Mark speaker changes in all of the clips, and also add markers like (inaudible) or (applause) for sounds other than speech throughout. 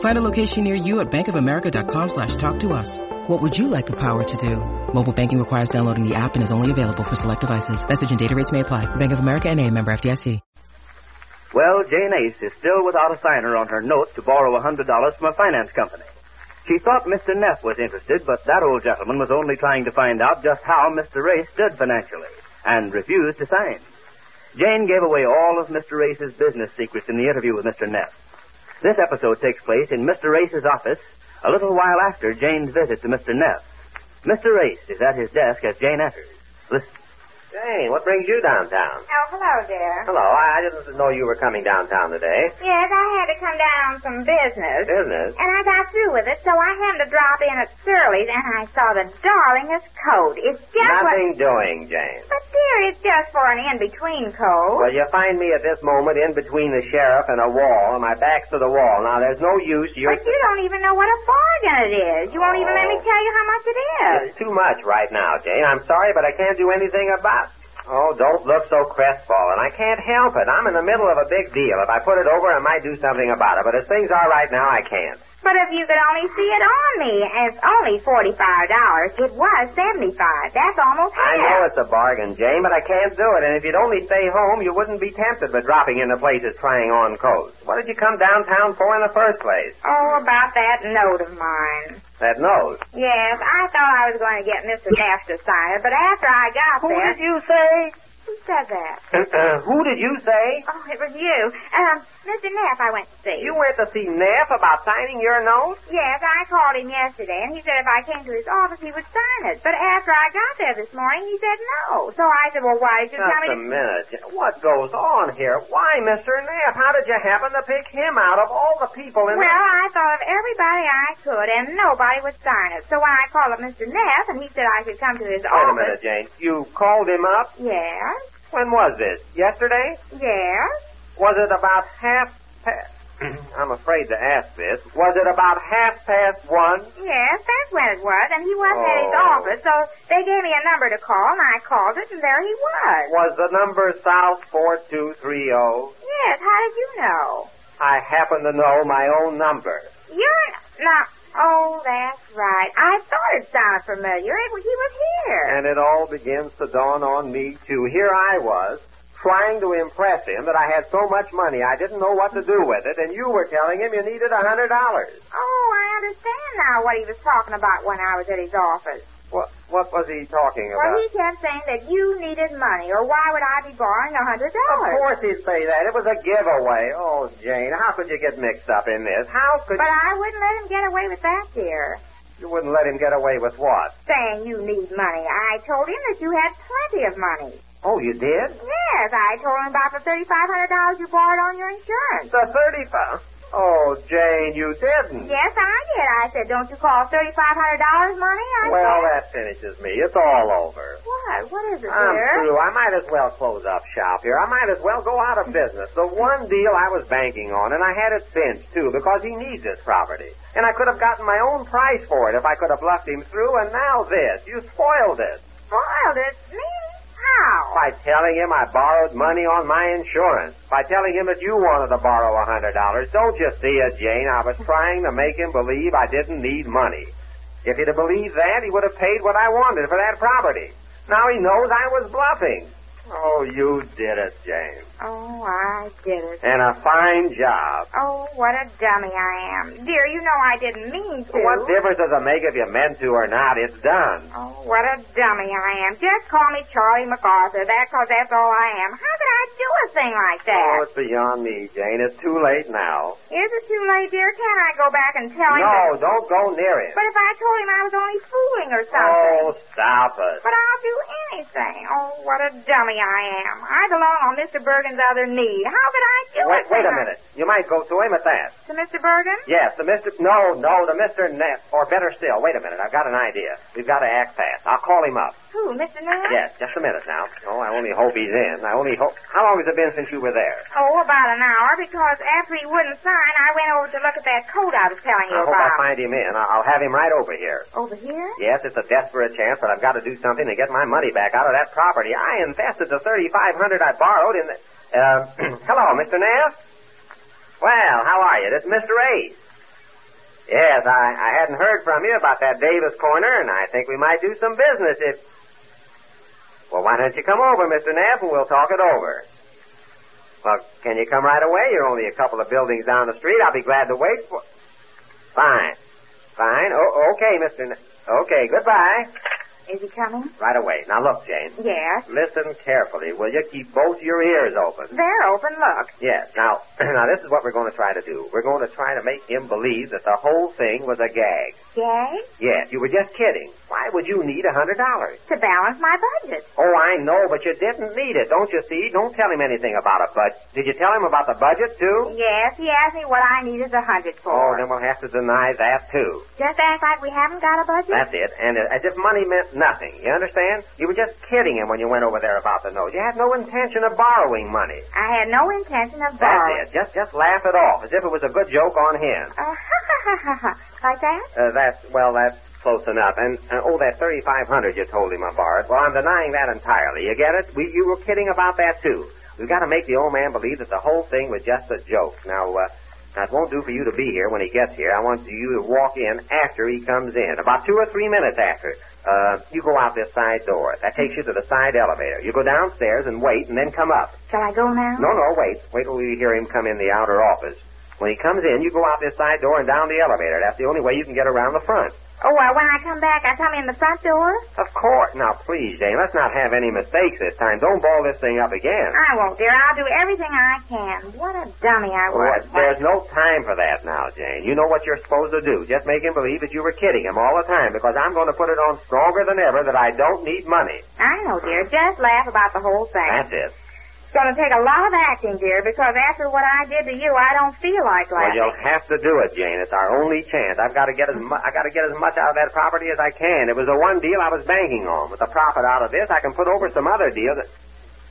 Speaker 1: Find a location near you at bankofamerica.com slash talk to us. What would you like the power to do? Mobile banking requires downloading the app and is only available for select devices. Message and data rates may apply. Bank of America and a member FDIC.
Speaker 2: Well, Jane Ace is still without a signer on her note to borrow a $100 from a finance company. She thought Mr. Neff was interested, but that old gentleman was only trying to find out just how Mr. Ace stood financially and refused to sign. Jane gave away all of Mr. Ace's business secrets in the interview with Mr. Neff. This episode takes place in Mr. Ace's office a little while after Jane's visit to Mr. Neff. Mr. Ace is at his desk as Jane enters. Listen. Jane, what brings you downtown?
Speaker 3: Oh, hello there.
Speaker 2: Hello, I, I didn't know you were coming downtown today.
Speaker 3: Yes, I had to come down on some business.
Speaker 2: Business?
Speaker 3: And I got through with it, so I had to drop in at Surly's, and I saw the darlingest coat. It's just
Speaker 2: Nothing
Speaker 3: what...
Speaker 2: doing, Jane.
Speaker 3: But, dear, it's just for an in-between coat.
Speaker 2: Well, you find me at this moment in between the sheriff and a wall, and my back's to the wall. Now, there's no use. You're...
Speaker 3: But you don't even know what a bargain it is. You won't even let me
Speaker 2: Oh.
Speaker 3: tell you how much it is.
Speaker 2: It's too much right now, Jane. I'm sorry, but I can't do anything about it. Oh, don't look so crestfallen. I can't help it. I'm in the middle of a big deal. If I put it over, I might do something about it. But as things are right now, I can't.
Speaker 3: But if you could only see it on me, and it's only $45. It was 75 That's almost half.
Speaker 2: I know it's a bargain, Jane, but I can't do it. And if you'd only stay home, you wouldn't be tempted by dropping into places trying on coats. What did you come downtown for in the first place?
Speaker 3: Oh, about that note of mine.
Speaker 2: That nose.
Speaker 3: Yes, I thought I was going to get Mr. Neff to sign it, but after I got
Speaker 2: Who
Speaker 3: there...
Speaker 2: did you say?
Speaker 3: Who said that?
Speaker 2: (clears throat) Who did you say?
Speaker 3: Oh, it was you. Um, Mr. Neff I went to see.
Speaker 2: You went to see Neff about signing your note?
Speaker 3: Yes, I called him yesterday, and he said if I came to his office, he would sign it. But after I got there this morning, he said no. So I said, well, why did you tell
Speaker 2: Just
Speaker 3: me
Speaker 2: a
Speaker 3: to...
Speaker 2: minute. What goes on here? Why, Mr. Neff? How did you happen to pick him out of all the people in
Speaker 3: Well, I thought of everybody I could, and nobody would sign it. So when I called up Mr. Neff, and he said I should come to
Speaker 2: the...
Speaker 3: his
Speaker 2: Wait a minute,
Speaker 3: office...
Speaker 2: Jane. You called him up?
Speaker 3: Yes,
Speaker 2: When was this? Yesterday?
Speaker 3: yes.
Speaker 2: Was it about half past... (clears throat) I'm afraid to ask this. Was it about half past one?
Speaker 3: Yes, that's when it was, and he wasn't at his
Speaker 2: Oh.
Speaker 3: office, so they gave me a number to call, and I called it, and there he was.
Speaker 2: Was the number South 4230?
Speaker 3: Yes, how did you know?
Speaker 2: oh? I happen to know my own number.
Speaker 3: You're not. Oh, that's right. I thought it sounded familiar. It, he was here.
Speaker 2: And it all begins to dawn on me, too. Here I was, trying to impress him that I had so much money I didn't know what to do with it, and you were telling him you needed a hundred dollars.
Speaker 3: Oh, I understand now what he was talking about when I was at his office.
Speaker 2: What what was he talking
Speaker 3: Well,
Speaker 2: about?
Speaker 3: he kept saying that you needed money, or why would I be borrowing a hundred
Speaker 2: Of
Speaker 3: dollars?
Speaker 2: course he'd say that. It was a giveaway. Oh, Jane, how could you get mixed up in this? How could
Speaker 3: But I wouldn't let him get away with that, dear.
Speaker 2: you wouldn't let him get away with what?
Speaker 3: Saying you need money. I told him that you had plenty of money.
Speaker 2: Oh, you did?
Speaker 3: Yes, I told him about the thirty-five hundred dollars you borrowed on your insurance.
Speaker 2: The thirty five. Oh, Jane, you didn't.
Speaker 3: Yes, I did. I said, don't you call thirty-five hundred dollars money? I
Speaker 2: Well,
Speaker 3: said,
Speaker 2: that finishes me. It's all over.
Speaker 3: what? What is it,
Speaker 2: I'm
Speaker 3: dear?
Speaker 2: through. I might as well close up shop here. I might as well go out of business. The one deal I was banking on, and I had it cinched, too, because he needs this property. And I could have gotten my own price for it if I could have bluffed him through, and now this. You spoiled it.
Speaker 3: Spoiled it, me? How?
Speaker 2: By telling him I borrowed money on my insurance. By telling him that you wanted to borrow a hundred dollars. Don't you see it, Jane? I was trying to make him believe I didn't need money. If he'd have believed that, he would have paid what I wanted for that property. Now he knows I was bluffing. Oh, you did it, Jane.
Speaker 3: Oh, I did it.
Speaker 2: And a fine job.
Speaker 3: Oh, what a dummy I am, dear. You know I didn't mean to.
Speaker 2: What difference does it make if you meant to or not? It's done.
Speaker 3: Oh, what a dummy I am. Just call me Charlie MacArthur, that, 'cause that's all I am. How could I do a thing like that?
Speaker 2: Oh, it's beyond me, Jane. It's too late now.
Speaker 3: Is it too late, dear? Can I go back and tell him? that-
Speaker 2: No, don't go near him.
Speaker 3: But if I told him I was only fooling or something.
Speaker 2: Oh, stop it.
Speaker 3: But I'll do anything. Oh, what a dummy I am. I belong on Mr. Bergen's other knee. How could I do
Speaker 2: Wait,
Speaker 3: it?
Speaker 2: wait a
Speaker 3: to her?
Speaker 2: minute. You might go to him at that.
Speaker 3: To Mr. Bergen?
Speaker 2: Yes, the Mr. No, no, the Mr. Neff. Or better still, wait a minute. I've got an idea. We've got to act fast. I'll call him up.
Speaker 3: Who, Mr. Neff?
Speaker 2: Yes, just a minute now. Oh, I only hope he's in. I only hope. How long has it been since you were there?
Speaker 3: Oh, about an hour, because after he wouldn't sign, I went over to look at that coat I was telling you
Speaker 2: I hope
Speaker 3: about.
Speaker 2: I find him in. I- I'll have him right over here.
Speaker 3: Over here?
Speaker 2: Yes, it's a desperate chance, but I've got to do something to get my money back out of that property. I invested the thirty-five hundred I borrowed in the. Uh, (clears throat) hello, Mr. Neff. Well, how are you? This is Mr. Ace. Yes, I, I hadn't heard from you about that Davis corner, and I think we might do some business if. Well, why don't you come over, Mr. Neff, and we'll talk it over. Well, can you come right away? You're only a couple of buildings down the street. I'll be glad to wait for. Fine. Fine. O- okay, Mr. Neff. Okay, goodbye.
Speaker 3: Is he coming?
Speaker 2: Right away. Now look, Jane.
Speaker 3: Yes.
Speaker 2: Listen carefully, will you? Keep both your ears open.
Speaker 3: They're open, look.
Speaker 2: Yes. Now, (clears throat) now this is what we're going to try to do. We're going to try to make him believe that the whole thing was a gag.
Speaker 3: Yay?
Speaker 2: Yes, you were just kidding. Why would you need a hundred dollars?
Speaker 3: To balance my budget.
Speaker 2: Oh, I know, but you didn't need it, don't you see? Don't tell him anything about a budget. Did you tell him about the budget too?
Speaker 3: Yes, he asked me what I needed the hundred
Speaker 2: Oh,
Speaker 3: for.
Speaker 2: then we'll have to deny that too.
Speaker 3: Just act like we haven't got a budget?
Speaker 2: That's it. And uh, as if money meant nothing. You understand? You were just kidding him when you went over there about the note. You had no intention of borrowing money.
Speaker 3: I had no intention of borrowing.
Speaker 2: That's it. Just just laugh it off as if it was a good joke on him.
Speaker 3: Uh, ha, ha, ha, ha, ha. (laughs) Like that?
Speaker 2: Uh, that's well, that's close enough. And uh, oh, that thirty-five hundred you told him I borrowed. Well, I'm denying that entirely. You get it? We, you were kidding about that too. We've got to make the old man believe that the whole thing was just a joke. Now, uh, now it won't do for you to be here when he gets here. I want you to walk in after he comes in, about two or three minutes after. Uh, you go out this side door. That takes you to the side elevator. You go downstairs and wait, and then come up.
Speaker 3: Shall I go now?
Speaker 2: No, no, wait. Wait till you hear him come in the outer office. When he comes in, you go out this side door and down the elevator. That's the only way you can get around the front.
Speaker 3: Oh, well, when I come back, I come in the front door?
Speaker 2: Of course. Now, please, Jane, let's not have any mistakes this time. Don't ball this thing up again.
Speaker 3: I won't, dear. I'll do everything I can. What a dummy I
Speaker 2: Well,
Speaker 3: was.
Speaker 2: there's no time for that now, Jane. You know what you're supposed to do. Just make him believe that you were kidding him all the time because I'm going to put it on stronger than ever that I don't need money.
Speaker 3: I know, dear. Just laugh about the whole thing.
Speaker 2: That's it.
Speaker 3: It's going to take a lot of acting, dear, because after what I did to you, I don't feel like
Speaker 2: Well,
Speaker 3: laughing.
Speaker 2: you'll have to do it, Jane. It's our only chance. I've got to get as mu- I got to get as much out of that property as I can. It was the one deal I was banking on. With the profit out of this, I can put over some other deal. That...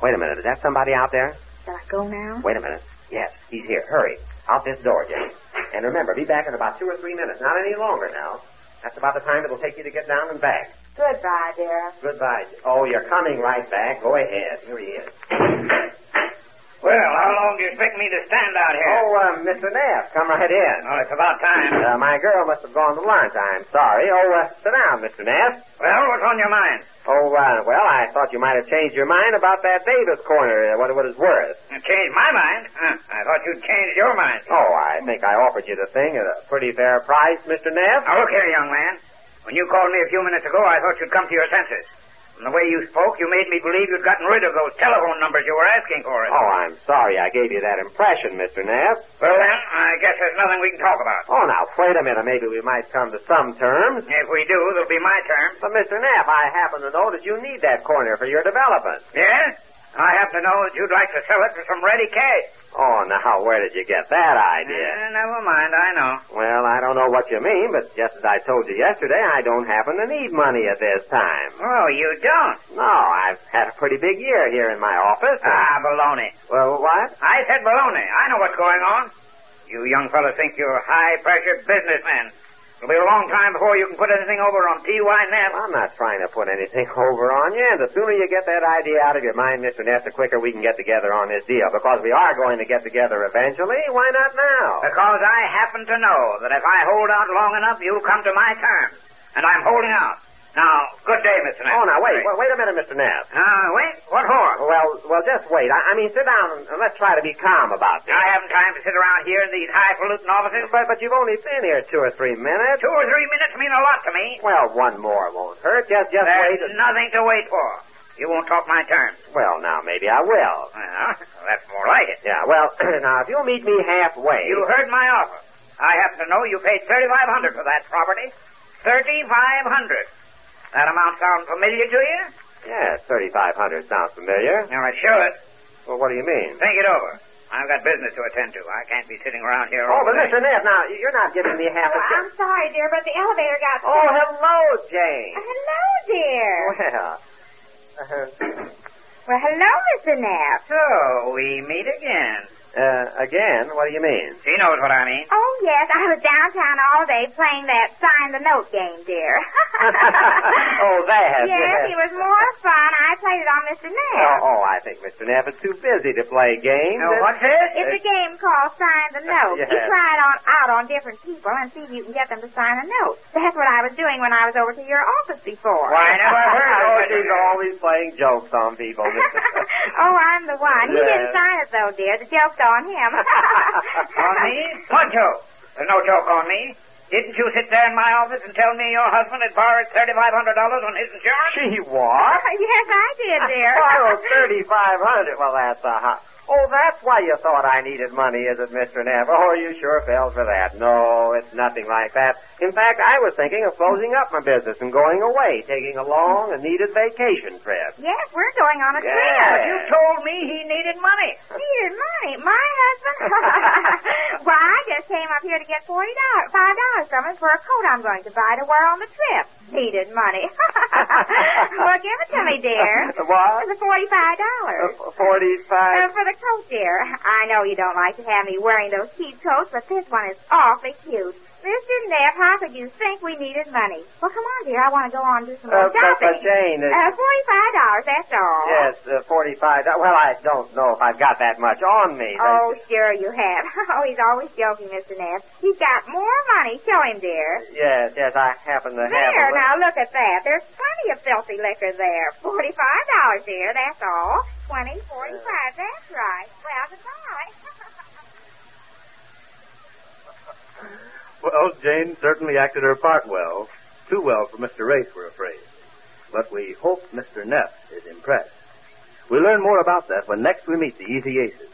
Speaker 2: Wait a minute. Is that somebody out there?
Speaker 3: Shall I go now?
Speaker 2: Wait a minute. Yes, he's here. Hurry out this door, Jane. And remember, be back in about two or three minutes. Not any longer now. That's about the time it'll take you to get down and back.
Speaker 3: Goodbye, dear.
Speaker 2: Goodbye. Oh, you're coming right back. Go ahead. Here he is.
Speaker 4: Well, how long do you expect me to stand out here?
Speaker 2: Oh, uh, Mr. Neff, come right in.
Speaker 4: Oh, it's about time.
Speaker 2: Uh, my girl must have gone to lunch. I'm sorry. Oh, uh, sit down, Mr. Neff.
Speaker 4: Well, what's on your mind?
Speaker 2: Oh, uh, well, I thought you might have changed your mind about that Davis corner, uh, what, what it's worth.
Speaker 4: You changed my mind? Huh, I thought you'd changed your mind.
Speaker 2: Oh, I think I offered you the thing at a pretty fair price, Mr. Neff.
Speaker 4: Now, look here, young man. When you called me a few minutes ago, I thought you'd come to your senses. From the way you spoke, you made me believe you'd gotten rid of those telephone numbers you were asking for.
Speaker 2: Oh, I'm sorry I gave you that impression, Mr. Neff.
Speaker 4: Well, then, I guess there's nothing we can talk about.
Speaker 2: Oh, now, wait a minute. Maybe we might come to some terms.
Speaker 4: If we do, it'll be my terms.
Speaker 2: But, Mr. Neff, I happen to know that you need that corner for your development.
Speaker 4: Yes? I happen to know that you'd like to sell it for some ready cash.
Speaker 2: Oh, now, where did you get that idea?
Speaker 4: Eh, never mind, I know.
Speaker 2: Well, I don't know what you mean, but just as I told you yesterday, I don't happen to need money at this time.
Speaker 4: Oh, you don't?
Speaker 2: No, I've had a pretty big year here in my office.
Speaker 4: Ah, baloney.
Speaker 2: Well, what?
Speaker 4: I said baloney. I know what's going on. You young fellas think you're high-pressure businessmen. It'll be a long time before you can put anything over on T.Y. Neff.
Speaker 2: I'm not trying to put anything (laughs) over on you, and the sooner you get that idea out of your mind, Mr. Neff, the quicker we can get together on this deal, because we are going to get together eventually. Why not now?
Speaker 4: Because I happen to know that if I hold out long enough, you'll come to my terms. And I'm holding out. Now, good day, Mr. Neff.
Speaker 2: Oh, now, wait. Well, wait a minute, Mr. Neff.
Speaker 4: Uh, wait. What for?
Speaker 2: Well, well, just wait. I, I mean, sit down and, and let's try to be calm about this.
Speaker 4: I haven't time to sit around here in these highfalutin offices.
Speaker 2: But, but you've only been here two or three minutes.
Speaker 4: Two or three minutes mean a lot to me.
Speaker 2: Well, one more won't hurt. Just, just wait.
Speaker 4: There's
Speaker 2: and-
Speaker 4: nothing to wait for. You won't talk my terms.
Speaker 2: Well, now, maybe I will.
Speaker 4: Well, that's more like it.
Speaker 2: Yeah, well, (clears throat) now, if you'll meet me halfway.
Speaker 4: You heard my offer. I happen to know you paid thirty-five hundred for that property. Thirty-five hundred. That amount sound familiar to you?
Speaker 2: Yeah, 3500 sounds familiar.
Speaker 4: Now, it should.
Speaker 2: Well, what do you mean?
Speaker 4: Think it over. I've got business to attend to. I can't be sitting around here
Speaker 2: Oh,
Speaker 4: all
Speaker 2: but
Speaker 4: day.
Speaker 2: listen, Ed, now, you're not giving me half a
Speaker 3: Oh, I'm
Speaker 2: chance.
Speaker 3: sorry, dear, but the elevator got
Speaker 2: Oh, hello, Jane.
Speaker 3: Hello, dear.
Speaker 2: Well, uh,
Speaker 3: Well, hello, Mr. Knapp.
Speaker 4: So, we meet again.
Speaker 2: uh, again, what do you
Speaker 4: (laughs)
Speaker 2: mean?
Speaker 4: She knows what I mean.
Speaker 3: Oh, yes, I was downtown all day playing that sign the note game, dear.
Speaker 2: (laughs)
Speaker 3: (laughs)
Speaker 2: oh, that.
Speaker 3: yes, it was more fun. I played it on Mr. Knapp.
Speaker 2: Oh, oh, I think Mr. Knapp is too busy to play games.
Speaker 4: Now, what's this?
Speaker 3: It's a game called Sign the Note. You
Speaker 2: Yes.
Speaker 3: try it on out on different people and see if you can get them to sign a note. That's what I was doing when I was over to your office before.
Speaker 4: Why, I
Speaker 2: (laughs)
Speaker 4: never heard of
Speaker 2: Oh,
Speaker 4: it.
Speaker 2: she's always playing jokes on people.
Speaker 3: (laughs)
Speaker 4: (laughs)
Speaker 2: (laughs)
Speaker 3: oh, I'm the one. He
Speaker 2: Yes.
Speaker 3: didn't sign it though, dear. The joke's on him.
Speaker 4: On me? What joke? There's no joke on me. Didn't you sit there in my office and tell me your husband had borrowed $3,500 on his insurance?
Speaker 2: she what?
Speaker 3: (laughs) yes, I did, dear.
Speaker 2: Borrow thirty-five hundred. Well, that's a hot. Oh, that's why you thought I needed money, is it, Mr. Knapp? Oh, you sure fell for that. No, it's nothing like that. In fact, I was thinking of closing up my business and going away, taking a long and needed vacation trip.
Speaker 3: Yes, we're going on a trip.
Speaker 2: Yeah.
Speaker 4: You told me he needed money.
Speaker 3: Needed money. My husband. (laughs) Why, I just came up here to get forty dollars, five dollars from him for a coat I'm going to buy to wear on the trip. Needed money. (laughs) well, give it to me, dear.
Speaker 2: (laughs) What?
Speaker 3: The forty-five dollars.
Speaker 2: Forty-five.
Speaker 3: Uh, for the coat, dear. I know you don't like to have me wearing those cheap coats, but this one is awfully cute. Mr. Neff, how could you think we needed money? Well, come on, dear. I want to go on and do some
Speaker 2: Uh,
Speaker 3: more
Speaker 2: but- but
Speaker 3: shopping.
Speaker 2: Jane, it-
Speaker 3: uh, forty-five dollars. That's all.
Speaker 2: Yes, uh, forty-five. Well, I don't know if I've got that much on me.
Speaker 3: Oh, sure you have. (laughs) Oh, he's always joking, Mr. Neff. He's got more money. Show him, dear.
Speaker 2: Yes, yes, I happen to have. a
Speaker 3: There,
Speaker 2: little-
Speaker 3: now look at that. There's plenty of filthy liquor there. Forty-five dollars, dear. That's all. Twenty, forty-five. That's right. Well, goodbye. (laughs)
Speaker 5: Well, Jane certainly acted her part well. Too well for Mr. Race, we're afraid. But we hope Mr. Neff is impressed. We'll learn more about that when next we meet the Easy Aces.